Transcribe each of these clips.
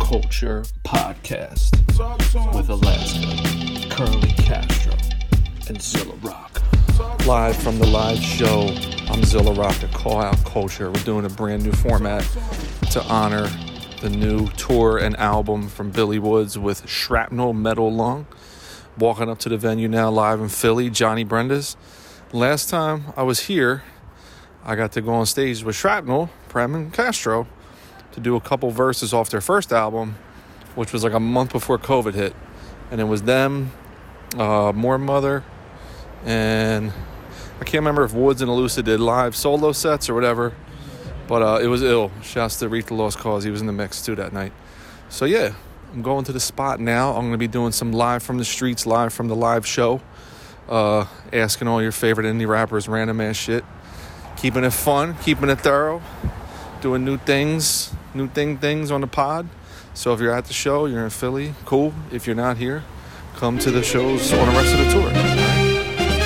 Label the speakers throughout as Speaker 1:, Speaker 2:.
Speaker 1: Culture Podcast with Alaska, Curly Castro, and Zilla Rock.
Speaker 2: Live from the live show, I'm Zilla Rock at Call Out Culture. We're doing a brand new format to honor the new tour and album from Billy Woods with Shrapnel Metal Lung. Walking up to the venue now, live in Philly, Johnny Brenda's. Last time I was here, I got to go on stage with Shrapnel, Prem, and Castro to do a couple verses off their first album, which was like a month before COVID hit. And it was them, uh, More Mother, and I can't remember if Woods and Elusa did live solo sets or whatever, but uh, it was ill. Shouts to Reach the Lost Cause. He was in the mix too that night. So yeah, I'm going to the spot now. I'm going to be doing some live from the streets, live from the live show, uh, asking all your favorite indie rappers random ass shit, keeping it fun, keeping it thorough, doing new things, new thing things on the pod. So if you're at the show, you're in Philly, cool. If you're not here, come to the shows on the rest of the tour.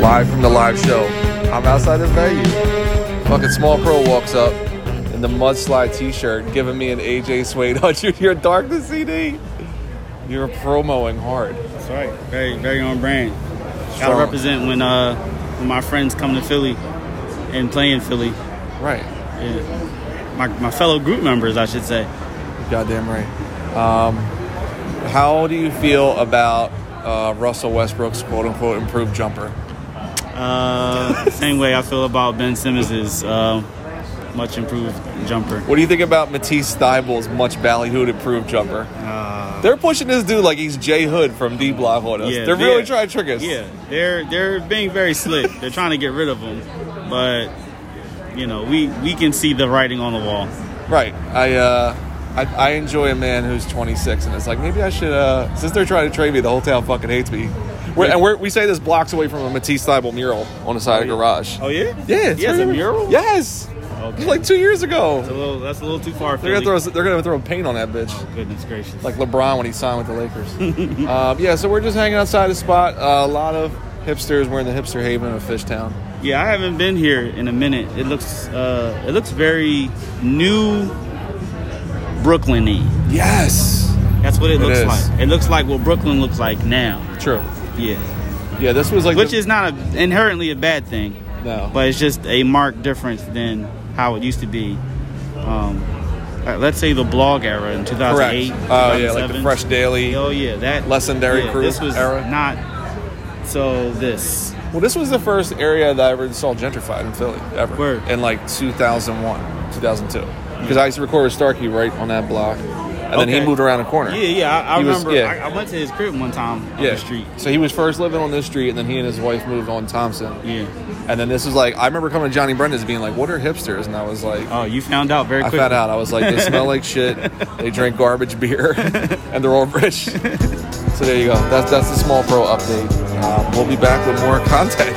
Speaker 2: live from the live show. I'm outside the venue. Fucking small pro walks up in the mudslide t-shirt, giving me an AJ Swade 100 Your Darkness CD. You're promoing hard.
Speaker 3: That's right. Very, very on brand. Gotta
Speaker 2: Strong.
Speaker 3: represent when uh when my friends come to Philly and play in Philly.
Speaker 2: Right.
Speaker 3: Yeah. My, my fellow group members, I should say.
Speaker 2: Goddamn right. Um, how do you feel about uh, Russell Westbrook's quote unquote improved jumper?
Speaker 3: Uh, same way I feel about Ben Simmons' uh, much improved jumper.
Speaker 2: What do you think about Matisse Thibault's much ballyhooed improved jumper?
Speaker 3: Uh,
Speaker 2: They're pushing this dude like he's Jay Hood from D Block on us.
Speaker 3: Yeah,
Speaker 2: they're really
Speaker 3: they're-
Speaker 2: trying to trick us.
Speaker 3: yeah, they're they're being very slick. they're trying to get rid of him, but you know we we can see the writing on the wall.
Speaker 2: Right. I, uh, I I enjoy a man who's 26, and it's like maybe I should. Uh, since they're trying to trade me, the whole town fucking hates me. We're, and we're, we say this blocks away from a Matisse Thibault mural on the side of the garage.
Speaker 3: Oh yeah,
Speaker 2: Yeah, it's
Speaker 3: He has
Speaker 2: right
Speaker 3: a
Speaker 2: there.
Speaker 3: mural.
Speaker 2: Yes,
Speaker 3: okay.
Speaker 2: It's like two years ago.
Speaker 3: That's a little, that's a little too far.
Speaker 2: They're gonna
Speaker 3: Philly.
Speaker 2: throw they're gonna throw paint on that bitch,
Speaker 3: Oh, Goodness gracious.
Speaker 2: like LeBron when he signed with the Lakers. um, yeah, so we're just hanging outside the spot. Uh, a lot of hipsters. We're in the hipster haven of Fishtown.
Speaker 3: Yeah, I haven't been here in a minute. It looks uh, it looks very new Brooklyn-y.
Speaker 2: Yes,
Speaker 3: That's what it, looks
Speaker 2: is.
Speaker 3: like. It looks like what Brooklyn looks like now.
Speaker 2: true.
Speaker 3: Yeah.
Speaker 2: Yeah, this was like
Speaker 3: Which
Speaker 2: the-
Speaker 3: is not a, inherently a bad thing,
Speaker 2: no.
Speaker 3: but it's just a marked difference than how it used to be. Um, uh, let's say the blog era in 2008.
Speaker 2: Oh yeah, like the
Speaker 3: 2007.
Speaker 2: Fresh Daily.
Speaker 3: Oh yeah, that
Speaker 2: Legendary
Speaker 3: yeah,
Speaker 2: crew
Speaker 3: This was
Speaker 2: era.
Speaker 3: not so this.
Speaker 2: Well, this was the first area that I ever saw gentrified in Philly ever.
Speaker 3: Word.
Speaker 2: In like 2001, 2002. Because I used to record with Starkey right on that block, and then he
Speaker 3: Okay.
Speaker 2: moved around the corner.
Speaker 3: Yeah, yeah. I, I
Speaker 2: He was-
Speaker 3: remember.
Speaker 2: yeah.
Speaker 3: I, I went to his crib one time on
Speaker 2: Yeah.
Speaker 3: the street.
Speaker 2: So he was first living on this street, and then he and his wife moved on Thompson.
Speaker 3: Yeah.
Speaker 2: And then this was like I remember coming to Johnny Brenda's being like, "What are hipsters?" And I was like,
Speaker 3: Oh, you found out very
Speaker 2: I
Speaker 3: quickly.
Speaker 2: found out. I was like, "They smell like shit. They drink garbage beer, and they're all rich." so there you go. That's that's the small pro update. Um, we'll be back with more content.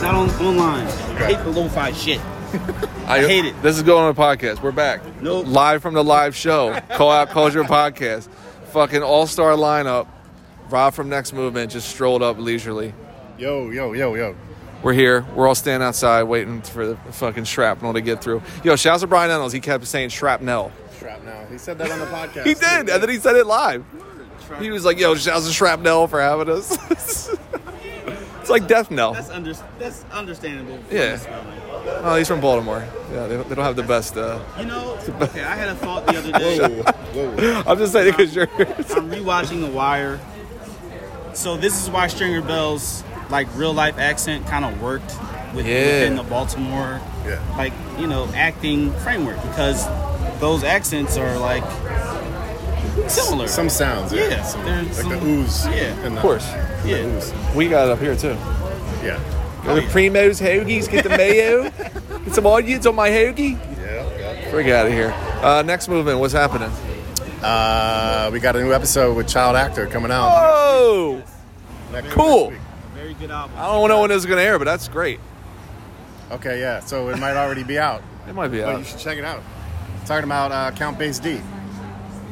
Speaker 3: Not on online. I hate the lo-fi shit.
Speaker 2: I
Speaker 3: hate it.
Speaker 2: This is going on a podcast. We're back.
Speaker 3: Nope.
Speaker 2: Live from the live show, Co-op Culture Podcast. Fucking all-star lineup. Rob from Next Movement just strolled up leisurely.
Speaker 4: Yo, yo, yo, yo.
Speaker 2: We're here. We're all standing outside waiting for the fucking shrapnel to get through. Yo, shouts to Brian Reynolds. He kept saying shrapnel.
Speaker 4: Shrapnel. He said that on the podcast.
Speaker 2: He did, and then he said it live. He was like, "Yo, shouts to Shrapnel for having us." it's like Death Knell.
Speaker 3: That's under, that's understandable. for
Speaker 2: Yeah.
Speaker 3: the spelling.
Speaker 2: Oh, he's from Baltimore. Yeah, they don't, they don't have the best. Uh,
Speaker 3: You know, okay, I had a thought the other day.
Speaker 4: Whoa, whoa.
Speaker 2: I'm just saying because you're.
Speaker 3: I'm rewatching The Wire. So this is why Stringer Bell's like real life accent kind of worked with,
Speaker 2: Yeah.
Speaker 3: within the Baltimore
Speaker 4: Yeah.
Speaker 3: like you know acting framework because those accents are like similar.
Speaker 4: Some sounds, yeah.
Speaker 3: Yeah,
Speaker 4: Some-
Speaker 3: there's
Speaker 4: like the
Speaker 3: some-
Speaker 4: ooze.
Speaker 3: yeah.
Speaker 4: and the-
Speaker 2: of course,
Speaker 4: the
Speaker 3: Yeah.
Speaker 4: ooze.
Speaker 2: we got it up here too.
Speaker 4: Yeah.
Speaker 2: Go to Primos hoagies, get the mayo, get some onions on my hoagie.
Speaker 4: Yeah.
Speaker 2: Freak out of here. Uh, next movement, what's happening?
Speaker 4: yeah. Uh, we got a new episode with Child Actor coming out.
Speaker 2: Oh,
Speaker 4: next-
Speaker 2: cool.
Speaker 4: next
Speaker 3: Very good album.
Speaker 2: I don't know when this is gonna air, but that's great.
Speaker 4: week. Okay, yeah. So it might already be out,
Speaker 2: Oh. It might be
Speaker 4: but
Speaker 2: out.
Speaker 4: you should check it out. Talking about uh, Count Base D.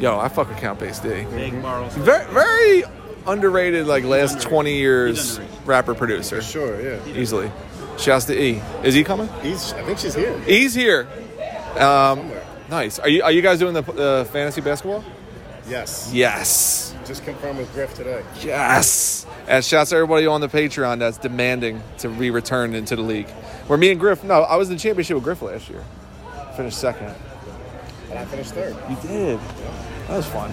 Speaker 2: Yo, I fuck with Count Base D.
Speaker 3: Big borrows.
Speaker 2: Very, very underrated. Like last 20 years,
Speaker 3: underrated.
Speaker 2: rapper producer
Speaker 4: Sure, yeah.
Speaker 2: easily. Shouts to E. Is he coming?
Speaker 4: He's, I think she's here.
Speaker 2: E's here. Um,
Speaker 4: somewhere.
Speaker 2: Nice. Are you are you guys doing the uh, fantasy basketball?
Speaker 4: Yes.
Speaker 2: Yes.
Speaker 4: Just confirmed with Griff today.
Speaker 2: Yes. And shouts to everybody on the Patreon that's demanding to be returned into the league. Where me and Griff, no, I was in the championship with Griff last year. Finished second.
Speaker 4: And I finished third.
Speaker 2: You did. That was fun.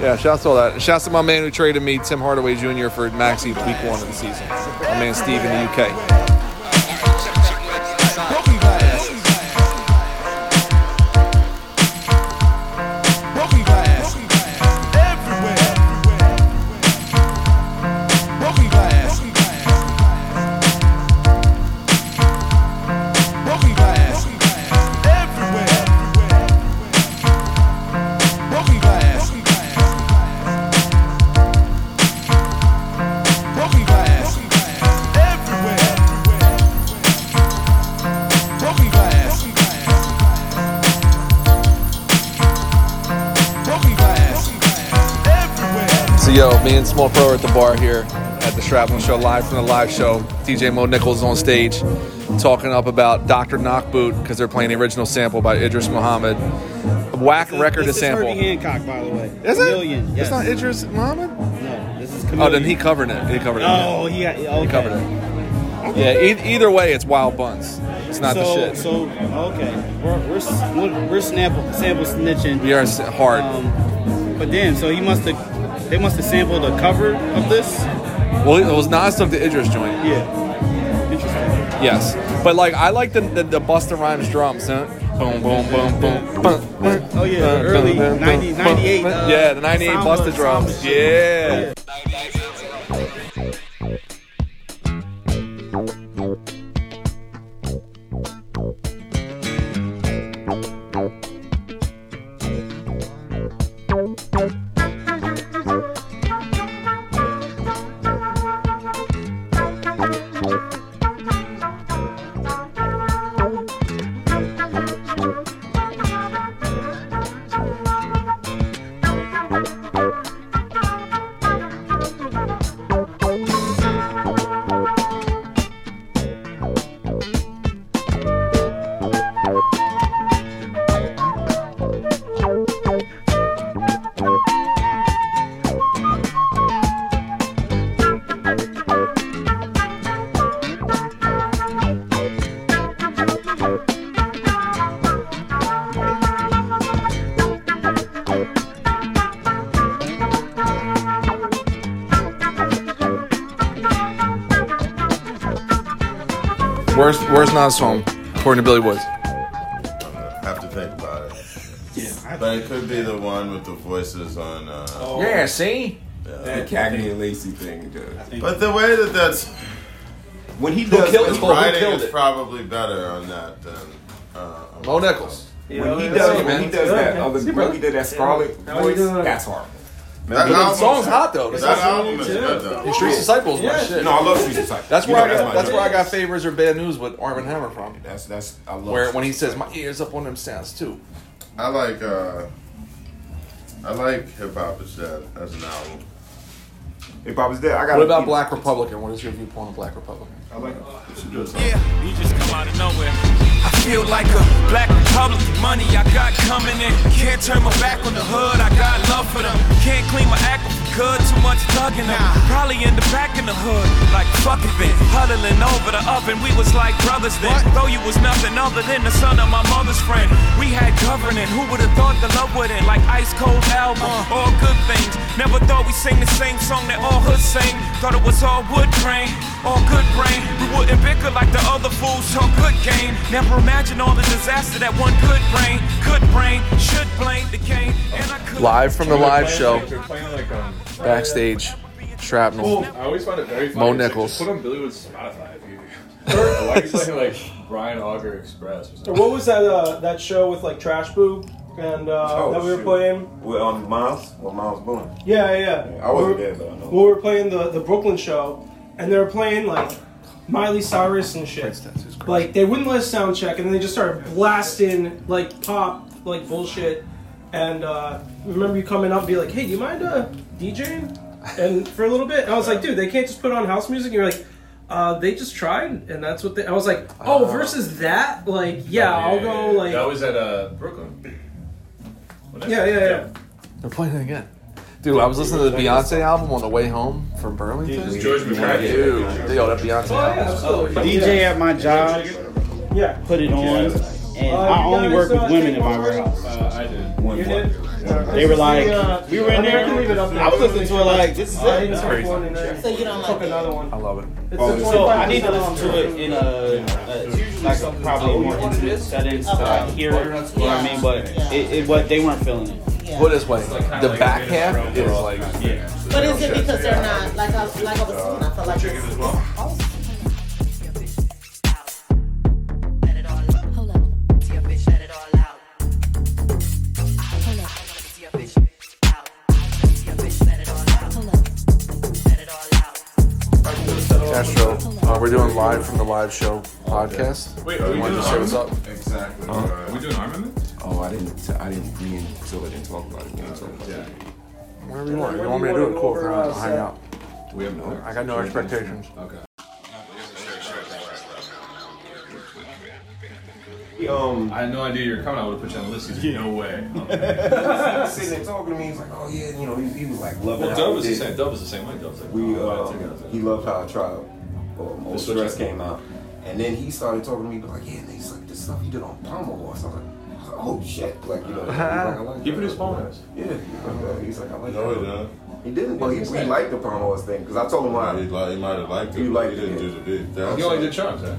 Speaker 2: Yeah, shouts to all that. Shouts to my man who traded me, Tim Hardaway Jr. for Maxi week one of the season. My man Steve in the UK.
Speaker 5: Broken glass. Broken glass. Everywhere. Broken glass. Broken glass. Everywhere. Broken glass. Broken glass. Everywhere. Broken glass. Broken glass. Everywhere.
Speaker 2: So yo, me and Small Pro are at the bar here at the Shrapnel Show, live from the live show. DJ Mo Nichols on stage, talking up about Dr. Knockboot because they're playing the original sample by Idris Muhammad. Whack record to
Speaker 3: this
Speaker 2: sample.
Speaker 3: Is Herbie Hancock, by the way.
Speaker 2: Is it?
Speaker 3: Chameleon. Yes.
Speaker 2: It's not Idris Muhammad.
Speaker 3: no, this is chameleon.
Speaker 2: Oh, then he covered it. He covered it.
Speaker 3: Oh, he got. Okay.
Speaker 2: He covered it. Yeah. E- either way, it's Wild Buns. It's not
Speaker 3: so,
Speaker 2: the shit.
Speaker 3: So okay, we're we're s- we're, we're sample sample snitching.
Speaker 2: we are s- hard.
Speaker 3: Um, but damn, so he must have they must have sampled a cover of this.
Speaker 2: well, it was Nas took the Idris joint.
Speaker 3: Yeah. Interesting.
Speaker 2: Yes, but like I like the the, the Busta Rhymes drums. Huh? Boom, boom, boom, boom. boom, boom.
Speaker 3: Oh, yeah, the early 90 98, uh,
Speaker 2: yeah, the '98
Speaker 3: Samba-
Speaker 2: Busta drums.
Speaker 3: Samba
Speaker 2: Yeah. Where's Where's Nas song? According to Billy Woods.
Speaker 6: have to think about it. But it could be the one with the voices on. Uh,
Speaker 2: Yeah. See.
Speaker 7: Oh. That Cagney and Lacey thing, dude.
Speaker 6: But the way that that's
Speaker 7: When he
Speaker 6: does
Speaker 2: killed
Speaker 6: his
Speaker 2: it? Well, who
Speaker 6: writing
Speaker 2: killed
Speaker 6: is
Speaker 2: it?
Speaker 6: probably better on that than. Uh, on-
Speaker 2: Mo Nichols.
Speaker 7: when he
Speaker 2: that's it,
Speaker 7: does, when
Speaker 2: man.
Speaker 7: he does that other when he did that Scarlet voice, that's horrible.
Speaker 6: That
Speaker 2: The
Speaker 6: album-
Speaker 2: song's hot though. The
Speaker 6: That
Speaker 2: song's-
Speaker 6: album is good though.
Speaker 2: Streets Disciples, my shit.
Speaker 7: No, I love Streets of Psych.
Speaker 2: That's
Speaker 7: You
Speaker 2: where I
Speaker 7: know,
Speaker 2: got.
Speaker 7: my
Speaker 2: That's
Speaker 7: jam.
Speaker 2: where I got favors or bad news with Armin Hammer from.
Speaker 7: That's that's I love.
Speaker 2: Where when he says my ears up on them sounds too.
Speaker 6: I like. Uh, I like hip hop as that as an album.
Speaker 7: If I was there, I got.
Speaker 2: What about Black Republican? What is your viewpoint on Black Republican?
Speaker 7: I like. You should do it.
Speaker 8: Yeah, you just come out of nowhere. I feel like a black Republican. Money I got coming in. Can't turn my back on the hood. I got love for them. Can't clean my act with good. Too much thugging them. Probably in the back in the hood. Like fuck it then. Huddling over the oven. We was like brothers then. Though you was nothing other than the son of my mother's friend. We had governing. Who would have thought the love wouldn't? Like Ice Cold album. All good things. Never thought we sing the same song that all hood sing. Thought it was all wood grain. All good brain. We wouldn't bicker like the other fools talk good game. Never imagine all the disaster that one could bring. Could bring, should blame the game. And I could
Speaker 2: Live from the live show,
Speaker 9: They're playing like um.
Speaker 2: backstage, shrapnel.
Speaker 9: I always find it very funny.
Speaker 2: Mo
Speaker 9: It's like,
Speaker 2: Nichols.
Speaker 9: just Put on Billywood's Spotify. If you, or why are you playing like Brian Auger Express or something?
Speaker 10: What was that uh, that show with like Trash Boo and uh,
Speaker 7: Oh,
Speaker 10: that we were
Speaker 7: shoot.
Speaker 10: playing?
Speaker 7: Well, um, Miles. Well, Miles Boone.
Speaker 10: Yeah, yeah. yeah.
Speaker 7: I wasn't
Speaker 10: We were-
Speaker 7: there, but I know.
Speaker 10: We were playing the the Brooklyn show, and they were playing like Miley Cyrus and shit. Like they wouldn't let us sound check, and then they just started blasting like pop like bullshit. And uh, I remember you coming up and be like, "Hey, do you mind uh, DJing?" And for a little bit, I was like, "Dude, they can't just put on house music." And you're like. Uh, they just tried, and that's what they. I was like,
Speaker 7: Uh,
Speaker 10: oh, versus that, like, yeah, I'll go, Oh, like,
Speaker 9: that was at uh Brooklyn.
Speaker 10: yeah, yeah, yeah.
Speaker 2: They're playing it again. Dude, I was listening to the Beyonce album on the way home from Burlington. Dude,
Speaker 9: George McCracken.
Speaker 2: yo, that Beyonce
Speaker 10: Oh,
Speaker 2: album. Oh, was-
Speaker 3: DJ at my job
Speaker 10: Yeah.
Speaker 3: put it on, and I
Speaker 10: you
Speaker 3: only
Speaker 10: guys,
Speaker 3: work
Speaker 10: uh,
Speaker 3: with women
Speaker 10: take
Speaker 3: in my
Speaker 10: one more?
Speaker 3: warehouse.
Speaker 9: Uh, I did.
Speaker 7: One
Speaker 10: You
Speaker 7: block.
Speaker 10: did? Uh,
Speaker 3: They were like,
Speaker 10: Yeah.
Speaker 3: we were in
Speaker 10: uh, I mean, I can leave it
Speaker 3: there.
Speaker 10: up there.
Speaker 3: I was listening to it like, this is
Speaker 10: I didn't
Speaker 3: it.
Speaker 10: take one and then
Speaker 11: So you don't
Speaker 10: took
Speaker 11: like it.
Speaker 10: another one.
Speaker 2: I love it.
Speaker 10: It's
Speaker 7: Oh,
Speaker 10: a
Speaker 7: so
Speaker 3: So
Speaker 10: 25
Speaker 3: I need to listen to it in a, a it's usually like a probably a more intimate setting to like hear it. You know what I mean? But it, it what they weren't feeling it.
Speaker 11: Yeah.
Speaker 2: Put it this way, the back half is like
Speaker 11: But is it because they're not like I like I was saying? I feel like it's, it's oh.
Speaker 2: Castro. Uh, we're doing live from the live show podcast.
Speaker 9: Wait, are we
Speaker 2: Wanted to
Speaker 9: doing
Speaker 2: say what's
Speaker 9: Armin?
Speaker 2: up?
Speaker 6: Exactly.
Speaker 9: Are we doing armament?
Speaker 7: Oh, I didn't. T- I didn't. Me and Zilla didn't talk about it. We didn't talk about it.
Speaker 2: Whatever you want. You want me to do it? Cool. If
Speaker 7: uh,
Speaker 2: not, I'll hang out.
Speaker 7: Do we have no?
Speaker 2: I got no expectations.
Speaker 7: Okay. Um,
Speaker 9: I had no idea you were coming. I would have put you on the list. He's like, no way.
Speaker 7: was sitting there talking to me. He's like, "Oh yeah, you know, he, he was like loving
Speaker 9: Well,
Speaker 7: how
Speaker 9: Dove
Speaker 7: I
Speaker 9: was the
Speaker 7: did.
Speaker 9: same. Dove was the same way. Dove's like,
Speaker 7: We,
Speaker 9: oh, I
Speaker 7: uh,
Speaker 9: took it. I was like,
Speaker 7: he loved how I tried. Um, Old
Speaker 9: This was
Speaker 7: Stress
Speaker 9: just-
Speaker 7: came out, and then he started talking to me like, "Yeah, and he's like the stuff you did on Palmer Wars." I was like, I was like, "Oh shit!" Like you know, he's like, I like
Speaker 9: He
Speaker 7: that.
Speaker 9: produced Palmer Wars.
Speaker 7: Yeah, like, uh, he's like, "I like."
Speaker 6: No,
Speaker 7: that."
Speaker 6: he didn't.
Speaker 7: He didn't. Well, he, he liked the Palmer Wars thing because I told him
Speaker 6: He,
Speaker 7: why.
Speaker 6: li- he might have liked it.
Speaker 7: You
Speaker 6: but
Speaker 7: liked
Speaker 6: he didn't
Speaker 7: it.
Speaker 6: do the big.
Speaker 9: He only did charms, right?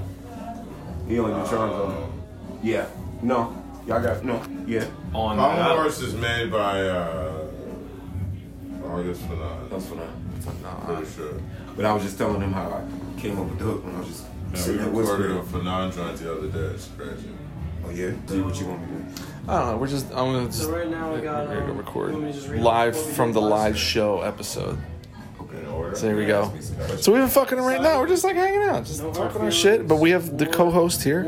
Speaker 7: He only did charms on. him. Yeah. No. Y'all got no. Yeah.
Speaker 9: On
Speaker 6: Palm Horse is made by uh, August Fanon.
Speaker 7: That's what I.
Speaker 6: Pretty sure.
Speaker 7: But I was just telling him how I came up with the hook when I was just
Speaker 6: Yeah, we
Speaker 7: sitting there
Speaker 6: recorded a
Speaker 7: whispering.
Speaker 6: Fanon joint the other day. It's crazy.
Speaker 7: Oh yeah. Do what you want me to do.
Speaker 2: I don't know. We're just. I'm gonna just.
Speaker 10: So right now we got,
Speaker 2: we're gonna
Speaker 10: um,
Speaker 2: record
Speaker 10: let me just read
Speaker 2: live
Speaker 10: what we
Speaker 2: from
Speaker 10: did
Speaker 2: the
Speaker 10: last
Speaker 2: live
Speaker 10: year.
Speaker 2: show episode.
Speaker 6: In order.
Speaker 2: So here we go. So we've been fucking right now. We're just like hanging out, just talking our shit. But we have the co-host here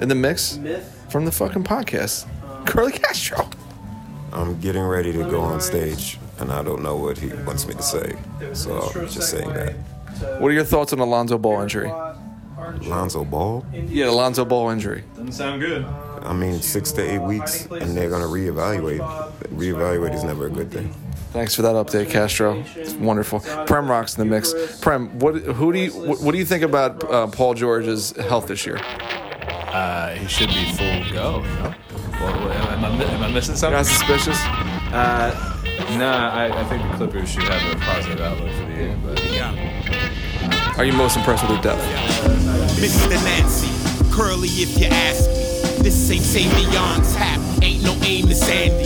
Speaker 2: in the mix
Speaker 10: Myth.
Speaker 2: from the fucking podcast, Curly Castro.
Speaker 7: I'm getting ready to go on
Speaker 10: Lemongrass.
Speaker 7: stage, and I don't know what he wants me to say. So Oh, I'm just saying that.
Speaker 2: What are your thoughts on Alonzo Ball injury?
Speaker 7: Lonzo Ball,
Speaker 2: Yeah, Alonzo Ball injury.
Speaker 9: Doesn't sound good.
Speaker 7: I mean, six to eight weeks, and they're going to reevaluate. Reevaluate is never a good thing.
Speaker 2: Thanks for that update, Castro. It's wonderful. Prem rocks in the mix. Prem, what who do you what, what do you think about uh, Paul George's health this year?
Speaker 9: Uh, he should be full go. You know? well, am, I, am I missing
Speaker 2: Not
Speaker 9: something?
Speaker 2: suspicious.
Speaker 9: Uh, nah, I, I think the Clippers should have a positive outlook for the year, but
Speaker 2: Are you most impressed with their depth?
Speaker 8: Mr. Nancy, curly if you ask me. This ain't Savion's tap, ain't no aim to Sandy.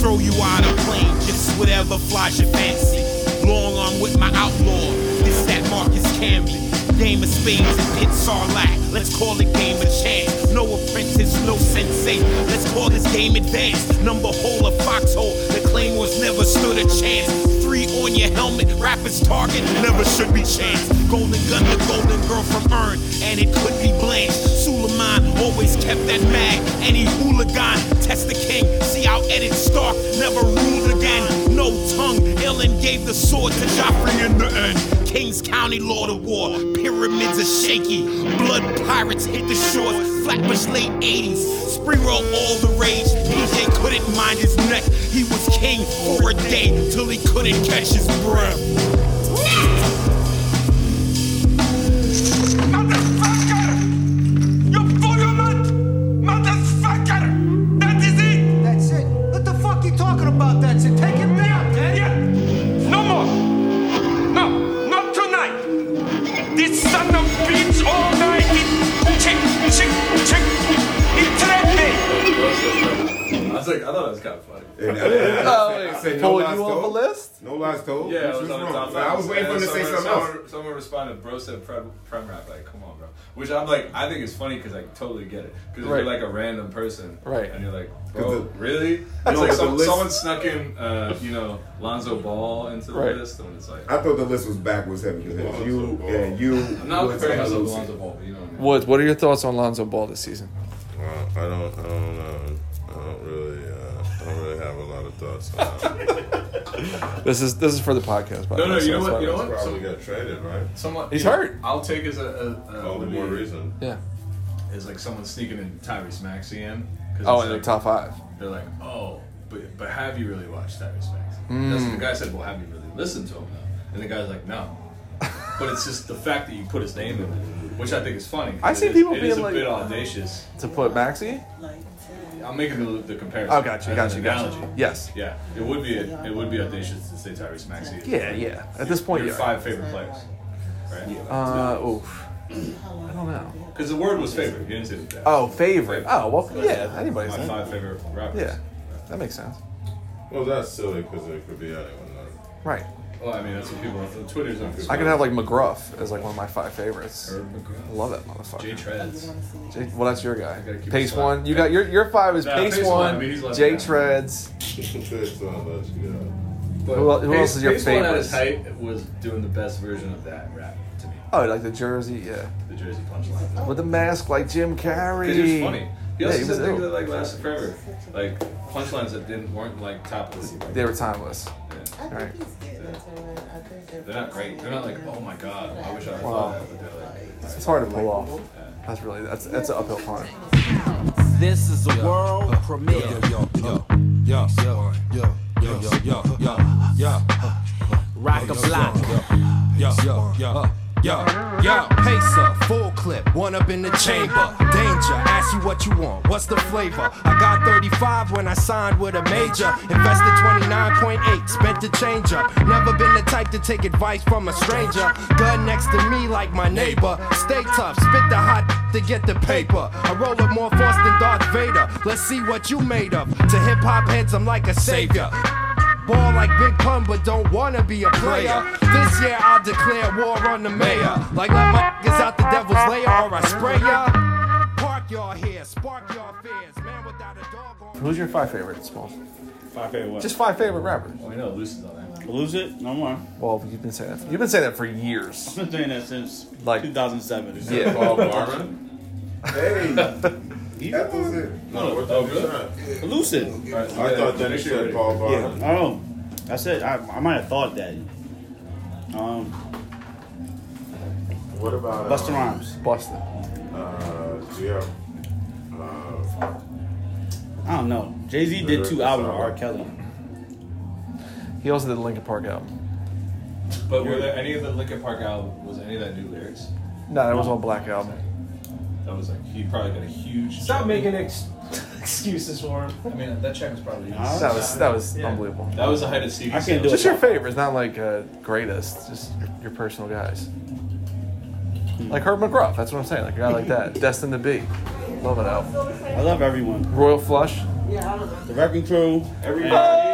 Speaker 8: Throw you on a plane, just whatever flies your fancy. Long arm with my outlaw, this that Marcus Camby. Game of spades and it's all lack. Let's call it game of chance. No apprentice, no sensei. Let's call this game advanced. Number hole or foxhole, the claim was never stood a chance three on your helmet. Rappers target never should be changed. Golden gun, the golden girl from Earn, and it could be Blanche. Suleiman
Speaker 12: always kept that mag. Any hooligan, test the king. See how Eddie Stark never ruled again. No tongue, Ellen gave the sword to Joffrey in the end. Kings County Lord of War, pyramids are shaky. Blood pirates hit the shores, Flatbush late 80s. Spring roll all the rage, PJ couldn't mind his neck. He was king for a day till he couldn't catch his breath.
Speaker 13: Motherfucker! That is it! That's it. What the fuck you talking about? That's it. Take it back, Daddy. No more. No, not tonight. This son of bitch all night. It chick, chick, chick. He threatened me.
Speaker 9: I was like, I thought it was kind of funny.
Speaker 2: Oh,
Speaker 6: Say no lies told.
Speaker 9: list?
Speaker 6: No lies told.
Speaker 9: Yeah, I was,
Speaker 6: What's
Speaker 9: on
Speaker 6: wrong?
Speaker 9: top Uh,
Speaker 6: I was waiting for him to say something else.
Speaker 9: someone, Someone responded, "Bro said prem, prem rap." Like, come on, bro. Which I'm like, I think it's funny because I totally get it. Because
Speaker 2: Right.
Speaker 9: you're like a random person,
Speaker 2: Right.
Speaker 9: And you're like,
Speaker 2: 'Cause
Speaker 9: bro,
Speaker 2: the-
Speaker 9: really?
Speaker 2: No,
Speaker 9: It's like
Speaker 2: but
Speaker 9: some,
Speaker 2: the list-
Speaker 9: someone snuck in, uh, you know, Lonzo Ball into the
Speaker 6: Right.
Speaker 9: list, and it's like,
Speaker 6: I thought the list was backwards heavy because you and you.
Speaker 9: I'm not
Speaker 6: was
Speaker 9: comparing
Speaker 6: and
Speaker 9: myself to
Speaker 6: Lucy.
Speaker 9: Lonzo Ball, but you know.
Speaker 2: What What are your thoughts on Lonzo Ball this season?
Speaker 6: Uh, I don't. I don't know. I don't really. Uh, I don't really have a lot of thoughts. On
Speaker 2: This is This is for the podcast. By
Speaker 9: No,
Speaker 2: the
Speaker 9: no,
Speaker 2: way, so
Speaker 9: you know
Speaker 2: that's
Speaker 9: what?
Speaker 2: why
Speaker 9: You know
Speaker 2: we're-
Speaker 9: what?
Speaker 6: Probably got traded, right?
Speaker 9: Someone
Speaker 2: He's
Speaker 9: you know,
Speaker 2: hurt.
Speaker 9: I'll take as a, a, a
Speaker 6: All the more
Speaker 9: lead
Speaker 6: reason.
Speaker 2: Yeah.
Speaker 9: Is like someone sneaking in Tyrese Maxey in. 'cause
Speaker 2: Oh,
Speaker 9: it's
Speaker 2: in the
Speaker 9: like-
Speaker 2: top five.
Speaker 9: They're like, oh, but but have you really watched Tyrese Maxey?
Speaker 2: Mm.
Speaker 9: That's, the guy said, well, have you really listened to him now? And the guy's like, no. but it's just the fact that you put his name in, it, which I think is funny. 'cause
Speaker 2: I
Speaker 9: it
Speaker 2: see
Speaker 9: is-
Speaker 2: people
Speaker 9: it
Speaker 2: being
Speaker 9: is a
Speaker 2: like-
Speaker 9: bit audacious.
Speaker 2: To put Maxi?
Speaker 9: I'm making the, the comparison.
Speaker 2: Oh, gotcha,
Speaker 9: as
Speaker 2: gotcha,
Speaker 9: an
Speaker 2: gotcha.
Speaker 9: analogy.
Speaker 2: Yes.
Speaker 9: Yeah, it would be it would be audacious to say Tyrese Maxey. is
Speaker 2: Yeah,
Speaker 9: like
Speaker 2: yeah. At this point,
Speaker 9: your
Speaker 2: yeah.
Speaker 9: five favorite players, right?
Speaker 2: Uh, oof. I don't know.
Speaker 9: Because the word was favorite. You didn't say that.
Speaker 2: Oh, favorite. Oh, well, yeah. Anybody's
Speaker 9: My
Speaker 2: in.
Speaker 9: five favorite rappers.
Speaker 2: Yeah, that makes sense.
Speaker 6: Well, that's silly because it could be anyone. though.
Speaker 2: Right.
Speaker 9: Well, I mean, that's what people. The Twitter's on.
Speaker 2: I could have like McGruff as like one of my five favorites. I love that motherfucker.
Speaker 9: Jay Treads.
Speaker 2: Jay- well, that's your guy.
Speaker 9: gotta keep
Speaker 2: Pace
Speaker 9: it flat.
Speaker 2: one. You got your your five is
Speaker 9: Nah,
Speaker 2: Pace,
Speaker 9: Pace one,
Speaker 2: one.
Speaker 9: I mean, he's less
Speaker 2: Jay
Speaker 9: than that.
Speaker 2: Treads.
Speaker 6: It's not much, yeah.
Speaker 2: Who el- who else is your
Speaker 9: Pace one at
Speaker 2: favorite?
Speaker 9: his height was doing the best version of that rap to me.
Speaker 2: Oh, like the jersey, yeah.
Speaker 9: The Jersey punchline.
Speaker 2: With the mask like Jim Carrey.
Speaker 9: Because he was funny. He
Speaker 2: yeah,
Speaker 9: also
Speaker 2: he was
Speaker 9: said things that
Speaker 2: dope.
Speaker 9: like lasted forever, like punchlines that didn't weren't like top of the seat.
Speaker 2: They were timeless.
Speaker 9: Yeah.
Speaker 2: All right.
Speaker 9: They're not great. They're not like, oh my god, I wish I had
Speaker 2: Wow.
Speaker 9: thought that. But they're like,
Speaker 2: It's hard to pull off. That's really that's that's an uphill climb.
Speaker 14: This is a world premiere. Yo, yo, yo, yo, yo, yo, yo, yo, yo, yo. Rock a block. Yo, yo, yo, yo, yo. Pacer, full clip, one up in the chamber. Danger, ask you what you want. What's the flavor? I got 35 when I signed with a major. Invested 29.8, spent the change up. Never been the type to take advice from a stranger. Gun next to me like my neighbor. Stay tough, spit the hot to get the paper. I roll up more force than Darth Vader. Let's see what you made of. To hip hop heads, I'm like a savior. Ball like Big Pun, but don't wanna be a player. This year I'll declare war on the mayor. Like let my niggas out the devil's lair or I spray ya. Park y'all here, spark y'all fears. Man without a dog on
Speaker 2: Who's your five favorite, Small?
Speaker 3: Five favorite what?
Speaker 2: Just five favorite rappers.
Speaker 9: oh, we know Lucy's on that.
Speaker 3: Lose it? No more.
Speaker 2: Well, you've been saying that. You've been saying that for years.
Speaker 3: I've been saying that since
Speaker 2: Like
Speaker 3: 2007.
Speaker 2: Yeah.
Speaker 6: Bob Marvin. Hey, that was it. No, we're
Speaker 3: Oh,
Speaker 6: talking
Speaker 3: good. Lucid.
Speaker 6: I thought that it said Paul Barber.
Speaker 3: Yeah. Oh, I said I, I might have thought that. Um,
Speaker 6: What about
Speaker 3: Busta Rhymes?
Speaker 2: Busta.
Speaker 6: Uh, yeah. Uh,
Speaker 3: I don't know. Jay Z did two albums with R. Kelly.
Speaker 2: He also did the Linkin Park album.
Speaker 9: But were there any of the Linkin Park album? Was any of that new lyrics?
Speaker 2: No, that was all Black album.
Speaker 9: That was like he probably got a huge.
Speaker 10: Stop making ex- excuses for him.
Speaker 9: I mean, that check was probably.
Speaker 2: That was that was unbelievable.
Speaker 9: That was the height of CD.
Speaker 2: Just your favorites, not like uh, greatest. Just your, your personal guys.
Speaker 3: Hmm.
Speaker 2: Like Herb McGruff. That's what I'm saying. Like a guy like that, destined to be. Love it out.
Speaker 3: I love everyone.
Speaker 2: Royal Flush.
Speaker 3: The Wrecking Crew. Everybody.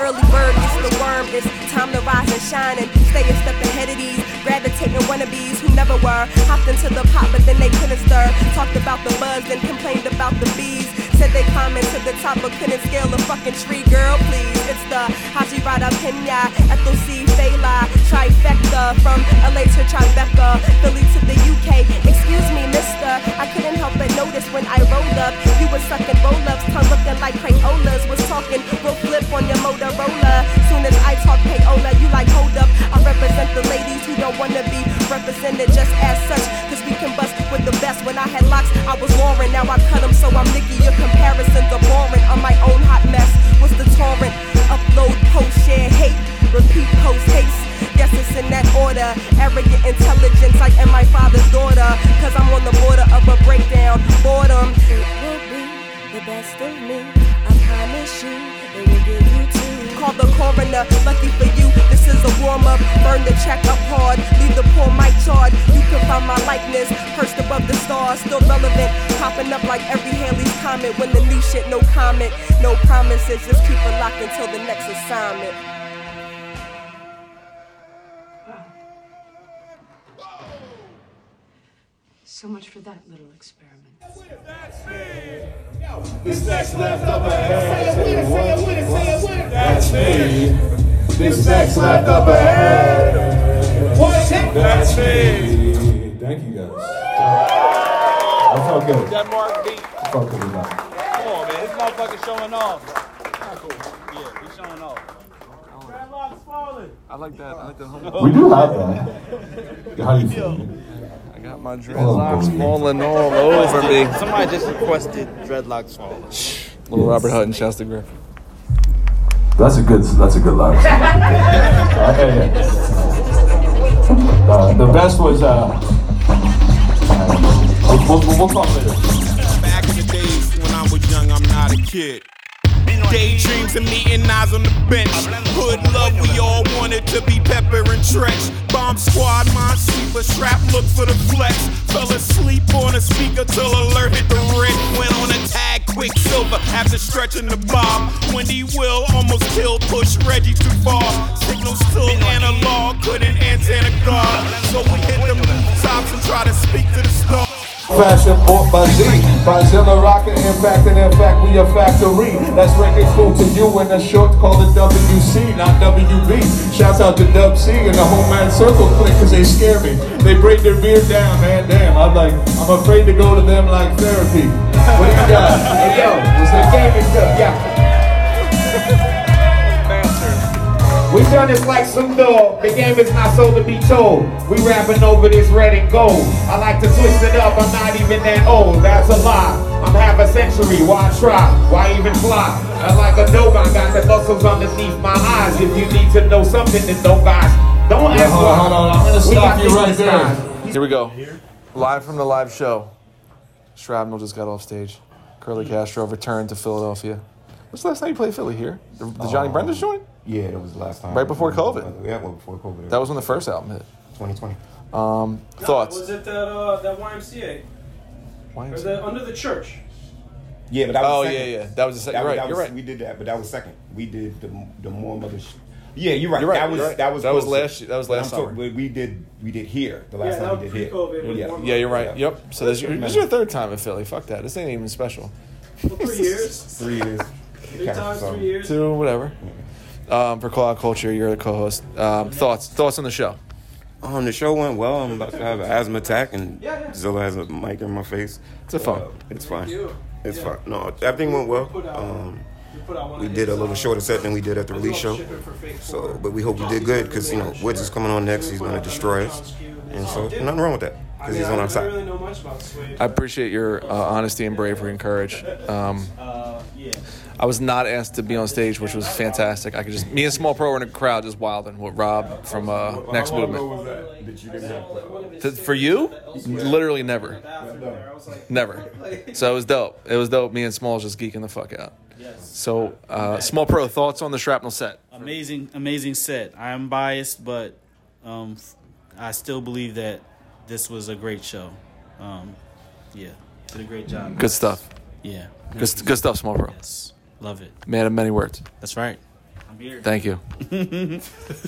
Speaker 15: Early bird gets the worm. It's time to rise and shine and stay a step ahead of these. Gravitating wannabes who never were. Hopped into the pot, but then they couldn't stir. Talked about the buzz, then complained about the bees. Said they climbing to the top, but couldn't scale a fucking tree. Girl, please, it's the Hajirada Pena, Ethel C. Fela, trifecta from LA to Tribeca, Philly to the UK. Excuse me, mister, I couldn't help but notice when I rolled up. You was sucking roll ups, tongue looking like Crayolas. Was talking, will flip on your Motorola. Soon as I talk payola, you like hold up. I represent the ladies who don't wanna be represented just as such. Cause we can bust with the best. When I had locks, I was Lauren. Now I cut 'em, so I'm Nicky. Your comparisons are boring. I'm my own hot mess. What's the torrent? Upload, post, share, hate, repeat, post, haste. Guess it's in that order. Arrogant intelligence, I am my father's daughter. Cause I'm on the border of a breakdown. Boredom. It will be the best of me. I promise you, it will give you two. Call the coroner, lucky for you, this is a warm up. Burn the check up hard, leave the poor mic charred. You can find my likeness, perched above the stars, still relevant. Popping up like every Haley's comment. When the new shit, no comment, no promises. Just keep it locked until the next assignment.
Speaker 16: So much for that little experiment.
Speaker 13: This next left upper hand. Say it with it, say it with it, say it with it. That's me. This next left upper hand. What? That's me.
Speaker 17: Thank you guys. I felt good.
Speaker 3: Denmark beat.
Speaker 17: I felt good about it.
Speaker 3: Come on, man. This motherfucker showing off. Yeah, he's showing off.
Speaker 2: I like that. I like that. Homo-
Speaker 17: We do have that. How do you feel?
Speaker 2: I got my
Speaker 17: Oh,
Speaker 2: dreadlocks
Speaker 17: boy.
Speaker 2: falling all over me.
Speaker 3: Somebody just requested dreadlocks fall.
Speaker 2: Little Robert Hutton, Shasta Griffin.
Speaker 17: That's a good. That's a good live. Okay, yeah. Uh, the best was. Uh, uh, we'll, we'll, we'll talk later.
Speaker 12: Back in the days when I was young, I'm not a kid. Daydreams and meeting eyes on the bench. Hood love, we all wanted to be pepper and trench. Bomb squad, mine sweeper, strap, look for the flex. Fell asleep on a speaker till alert hit the red. Went on a tag, quicksilver, after stretching the bomb. Wendy Will almost killed, pushed Reggie too far. Signal still analog, couldn't answer the guard. So we hit them tops and try to speak to the stars.
Speaker 17: Fashion bought by Z, by Zilla Rocket, in fact, and in fact, we a factory. That's record cool to you in a short, call it WC, not WB. Shouts out to Dub C and the whole man circle click, cause they scare me. They break their beard down, man, damn. I'm like, I'm afraid to go to them like therapy. What do you got? Hey, yo, it's the gaming stuff, yeah.
Speaker 18: We done this like some dog. The game is not so to be told. We rapping over this red and gold. I like to twist it up. I'm not even that old. That's a lie. I'm half a century. Why try? Why even fly? I'm like a Dogon. Got the muscles underneath my eyes. If you need to know something, then don't guys. Don't
Speaker 17: Yeah,
Speaker 18: ask
Speaker 17: hold
Speaker 18: why.
Speaker 17: on, hold on. I'm gonna
Speaker 18: We
Speaker 17: stop
Speaker 18: got
Speaker 17: you right
Speaker 18: business
Speaker 17: there.
Speaker 18: lines.
Speaker 2: Here we go. Live from the live show. Shrapnel just got off stage. Curly Castro returned to Philadelphia. What's the last time you played Philly here? The, the Johnny
Speaker 19: Um,
Speaker 2: Brenda's joint?
Speaker 19: Yeah, it was last time.
Speaker 2: Right before COVID.
Speaker 19: Yeah, well, before COVID.
Speaker 2: That was when the first album hit.
Speaker 19: 2020.
Speaker 2: Um, thoughts?
Speaker 10: Was it that uh, that YMCA? Or the, under the church?
Speaker 19: Yeah, but that was
Speaker 2: Oh,
Speaker 19: second.
Speaker 2: yeah, yeah. That was the
Speaker 19: That,
Speaker 2: second- you're
Speaker 19: that
Speaker 2: right,
Speaker 19: was,
Speaker 2: you're right.
Speaker 19: We did that, but that was second. We did the the more mother. Sh- yeah, you're right.
Speaker 2: You're right,
Speaker 19: That was
Speaker 2: you're right.
Speaker 19: that was
Speaker 2: That was
Speaker 19: closer.
Speaker 2: last year- that was
Speaker 19: But
Speaker 2: last
Speaker 19: I'm talking-
Speaker 2: summer.
Speaker 19: but we did we did here the
Speaker 2: Yeah,
Speaker 19: last
Speaker 2: that
Speaker 19: time we
Speaker 2: was
Speaker 19: did here.
Speaker 2: pre-COVID, with warm-up.
Speaker 19: Yeah.
Speaker 2: Yeah, you're right. Yep. So this, this is your third time in Philly. Fuck that. This ain't even special.
Speaker 10: Three years.
Speaker 19: Three years.
Speaker 10: Three times, three years.
Speaker 2: Two, whatever. Um, for Cloud Culture, you're the co-host. Um, thoughts? Thoughts on the show?
Speaker 20: Um, the show went well. I'm about to have an asthma attack, and Zilla has a mic in my face. Uh,
Speaker 2: It's a fun.
Speaker 20: it's fine. It's fine. No, everything went well. Um, we did a
Speaker 10: uh,
Speaker 20: little shorter set than we did at the release show. So, but we hope we did good because you know Woods is coming on next. He's going to destroy us, and so nothing wrong with that because he's on our side.
Speaker 10: know much about Sway.
Speaker 2: I appreciate your uh, honesty and bravery and courage. Um, I was not asked to be on stage, which was fantastic. I could just me and Small Pro were in a crowd just wilding with Rob from uh, Next Movement.
Speaker 19: that? That you didn't have.
Speaker 2: Th- For you, literally never, never. So it was dope. It was dope. Me and Small's just geeking the fuck out. So uh, Small Pro, thoughts on the shrapnel set?
Speaker 3: Amazing, amazing set. I am biased, but um, I still believe that this was a great show. Um, yeah, did a great job.
Speaker 2: Good stuff.
Speaker 3: Yeah.
Speaker 2: Good, good stuff, Small Pro.
Speaker 3: Love it.
Speaker 2: Man of many words.
Speaker 3: That's right. I'm here.
Speaker 2: Thank you.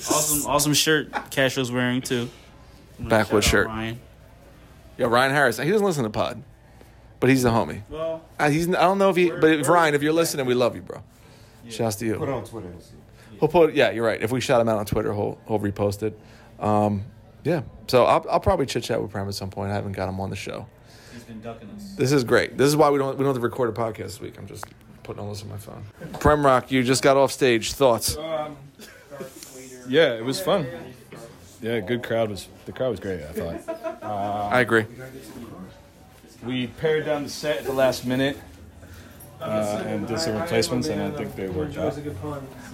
Speaker 3: awesome, awesome shirt Castro's wearing too.
Speaker 2: backwood
Speaker 3: Shout out
Speaker 2: shirt.
Speaker 3: Ryan.
Speaker 2: Yo, Ryan Harris. He doesn't listen to Pod, but he's the homie.
Speaker 3: Well,
Speaker 2: I, he's. I don't know if he. But if, Ryan, if you're listening, we love you, bro. Shouts to you.
Speaker 7: Put it on Twitter and see.
Speaker 2: He'll put. Yeah, you're right. If we shout him out on Twitter, he'll he'll repost it. Um, yeah. So I'll, I'll probably chit chat with Prem at some point. I haven't got him on the show.
Speaker 3: He's been ducking us.
Speaker 2: This is great. This is why we don't we don't have to record a podcast this week. I'm just putting all this on my phone. Prem Rock, you just got off stage. Thoughts?
Speaker 13: Um,
Speaker 9: Yeah, it was fun. Yeah, good crowd was the crowd was great. I thought. Uh,
Speaker 2: I agree.
Speaker 9: We pared down the set at the last minute uh, and did some replacements, and I think they worked out.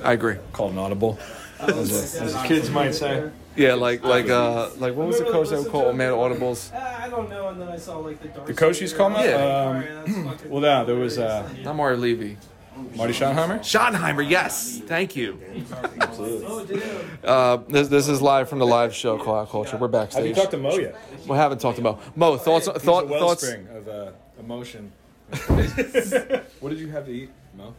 Speaker 2: I agree.
Speaker 9: Called an audible, as, the- as the kids might say.
Speaker 2: Yeah, like like uh like what was the coach that would call man audibles?
Speaker 10: I don't know, and then I saw like the dark.
Speaker 9: The coach he's calling out?
Speaker 2: Yeah.
Speaker 9: Um, well, no, there was uh,
Speaker 2: not Mario Levy.
Speaker 9: Marty Schottenheimer.
Speaker 2: Schottenheimer, yes. Thank you. Uh, this, this is live from the live show, Call Out Culture. We're backstage.
Speaker 9: Have you talked to Mo yet?
Speaker 2: We haven't talked to Mo. Mo, thoughts?
Speaker 9: He's
Speaker 2: Thought,
Speaker 9: a
Speaker 2: thoughts?
Speaker 9: wellspring of uh, emotion. what did you have to eat, Mo?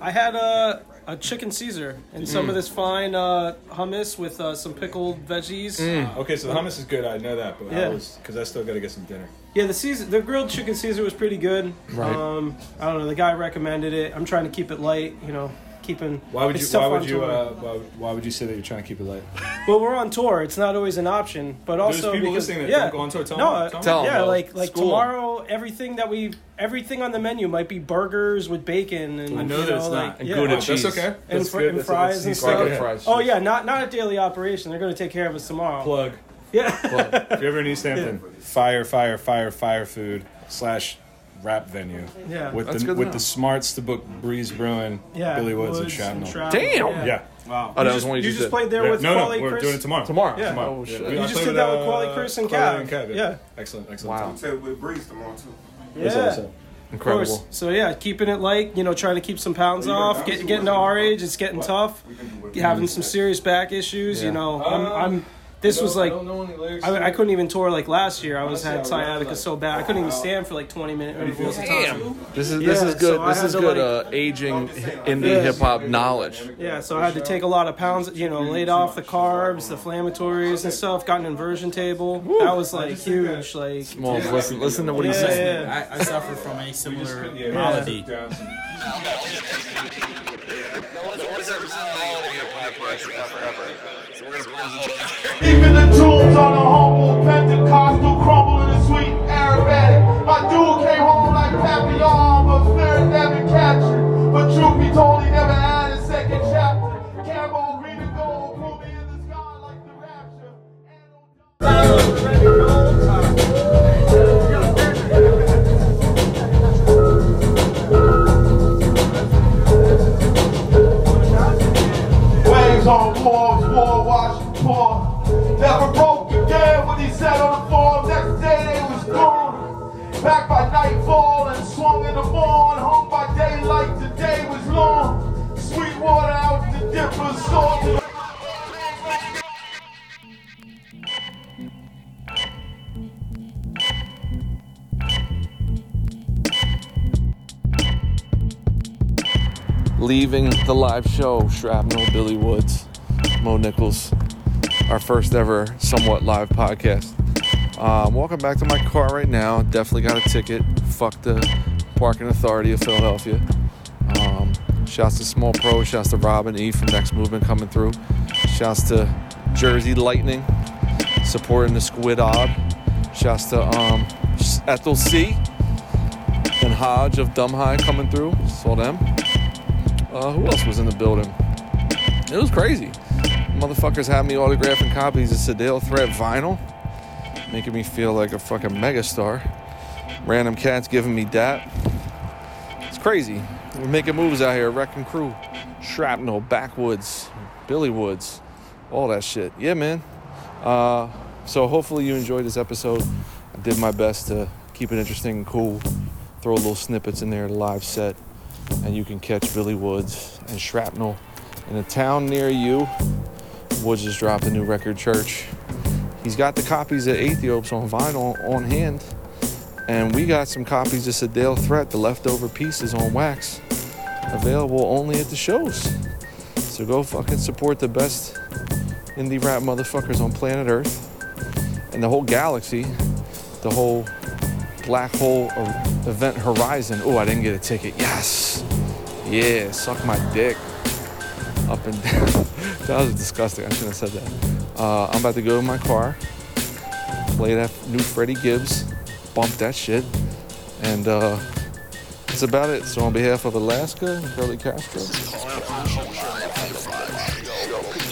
Speaker 10: I had a, a chicken Caesar and some
Speaker 9: Mm.
Speaker 10: of this fine uh, hummus with uh, some pickled veggies.
Speaker 3: Mm.
Speaker 10: Uh,
Speaker 9: Okay, so the hummus is good. I know that, but
Speaker 10: Yeah.
Speaker 9: I was because I still got to get some dinner.
Speaker 10: Yeah, the Caesar, the grilled chicken Caesar was pretty good.
Speaker 9: Right.
Speaker 10: Um, I don't know. The guy recommended it. I'm trying to keep it light. You know, keeping.
Speaker 9: Why would
Speaker 10: it's
Speaker 9: you? Why
Speaker 10: tough
Speaker 9: would
Speaker 10: on
Speaker 9: you?
Speaker 10: tour.
Speaker 9: Uh, why, why would you say that you're trying to keep it light?
Speaker 10: well, we're on tour. It's not always an option, but also
Speaker 9: There's people
Speaker 10: because,
Speaker 9: listening that
Speaker 10: yeah,
Speaker 9: don't go on tour. Tell
Speaker 10: no,
Speaker 9: them.
Speaker 10: uh,
Speaker 9: Tell them.
Speaker 10: yeah,
Speaker 9: Well,
Speaker 10: like like
Speaker 9: school.
Speaker 10: tomorrow, everything that we everything on the menu might be burgers with bacon and
Speaker 9: I know
Speaker 10: you
Speaker 9: that it's
Speaker 10: like,
Speaker 9: not. And
Speaker 10: yeah.
Speaker 9: Gouda That's cheese. okay.
Speaker 10: and,
Speaker 9: That's
Speaker 10: fr-
Speaker 9: good.
Speaker 10: and
Speaker 9: That's-
Speaker 10: fries
Speaker 9: that's
Speaker 10: and
Speaker 9: decent.
Speaker 10: stuff.
Speaker 9: Okay. Fries.
Speaker 10: Oh yeah, not not a daily operation. They're going to take care of us tomorrow.
Speaker 9: Plug.
Speaker 10: Yeah.
Speaker 9: if you're ever in East Hampton, fire, fire, fire, fire food slash rap venue.
Speaker 10: Yeah.
Speaker 9: With
Speaker 10: That's
Speaker 9: the
Speaker 10: good to
Speaker 9: with
Speaker 10: know.
Speaker 9: the smarts to book Breeze Brewing,
Speaker 10: Yeah,
Speaker 9: Billy Woods,
Speaker 10: Woods
Speaker 9: and
Speaker 10: and
Speaker 9: Shrapnel.
Speaker 10: Shrapnel, yeah.
Speaker 9: Yeah.
Speaker 10: Wow. Oh, that was one you just did. played there
Speaker 9: Yeah.
Speaker 10: with
Speaker 9: no,
Speaker 10: Quali
Speaker 9: no, we're
Speaker 10: Chris?
Speaker 9: doing it tomorrow.
Speaker 10: Tomorrow. Yeah.
Speaker 9: Tomorrow.
Speaker 10: Oh, shit.
Speaker 9: Yeah.
Speaker 10: You
Speaker 9: I
Speaker 10: just
Speaker 9: played
Speaker 10: did that with
Speaker 9: uh,
Speaker 10: Quali Chris and
Speaker 9: Quali
Speaker 10: Cav. Yeah.
Speaker 9: Excellent. Excellent.
Speaker 7: Wow.
Speaker 9: time.
Speaker 7: with Breeze tomorrow too.
Speaker 9: That's what I said.
Speaker 10: Of course. So yeah, keeping it light, you know, trying to keep some pounds off, get, getting to our age, it's getting tough, having some serious back issues. You
Speaker 9: Yeah.
Speaker 10: know, I'm, I'm this was like I, I couldn't even tour like last year. I was had sciatica so bad I couldn't even stand for like 20 minutes. intervals at a time.
Speaker 2: This is this
Speaker 10: Yeah,
Speaker 2: is good.
Speaker 10: so I
Speaker 2: this
Speaker 10: had
Speaker 2: is
Speaker 10: to,
Speaker 2: good.
Speaker 10: like-
Speaker 2: uh, aging indie
Speaker 10: Yeah.
Speaker 2: hip hop knowledge.
Speaker 10: Yeah, so I had to take a lot of pounds, you know, laid off the carbs, the inflammatories and stuff, got an inversion table. That was like huge, like
Speaker 2: Smalls, listen- listen to what he
Speaker 10: Yeah,
Speaker 2: said.
Speaker 10: yeah.
Speaker 3: I, I suffer from a similar
Speaker 10: yeah,
Speaker 3: malady.
Speaker 12: Even the tombs on the humble Pentecostal crumble in the sweet Arabic. My dude came home like Papillon, but feared never captured. But truth be told, he never had a second chapter. Camo, green and gold, put me in the sky like the rapture. Waves on palms, war wash, poor. Never broke again when he sat on the farm. Next day they was gone. Back by nightfall and swung in the morn. Hung by daylight, the day was long. Sweet water out the dipper, saw to the
Speaker 2: Leaving the live show, Shrapnel, Billy Woods, Mo Nichols, our first ever somewhat live podcast. Uh, I'm walking back to my car right now. Definitely got a ticket. Fuck the parking authority of Philadelphia. Um, shouts to Small Pro. Shouts to Robin E from Next Movement coming through. Shouts to Jersey Lightning supporting the Squid Odd. Shouts to um, Ethel C and Hodge of Dumb High coming through. Saw them. Uh, who else was in the building? It was crazy. Motherfuckers had me autographing copies of Sedale Threat vinyl, making me feel like a fucking megastar. Random cats giving me dap. It's crazy. We're making moves out here. Wrecking crew, shrapnel, backwoods, Billy Woods, all that shit. Yeah, man. Uh, so hopefully you enjoyed this episode. I did my best to keep it interesting and cool. Throw little snippets in there, live set, and you can catch Billy Woods and Shrapnel in a town near you. Woods just dropped a new record, Church. He's got the copies of Aethiopes on vinyl on hand, and we got some copies of Sedale Threat, the leftover pieces on wax, available only at the shows. So go fucking support the best indie rap motherfuckers on planet Earth and the whole galaxy, the whole black hole or event horizon. Oh, I didn't get a ticket. Yes. Yeah, suck my dick. Up and down. that was disgusting. I shouldn't have said that. Uh, I'm about to go in my car, play that new Freddie Gibbs, bump that shit, and uh, that's about it. So, on behalf of Alaska and Curly Castro.
Speaker 5: Call out the culture amplified.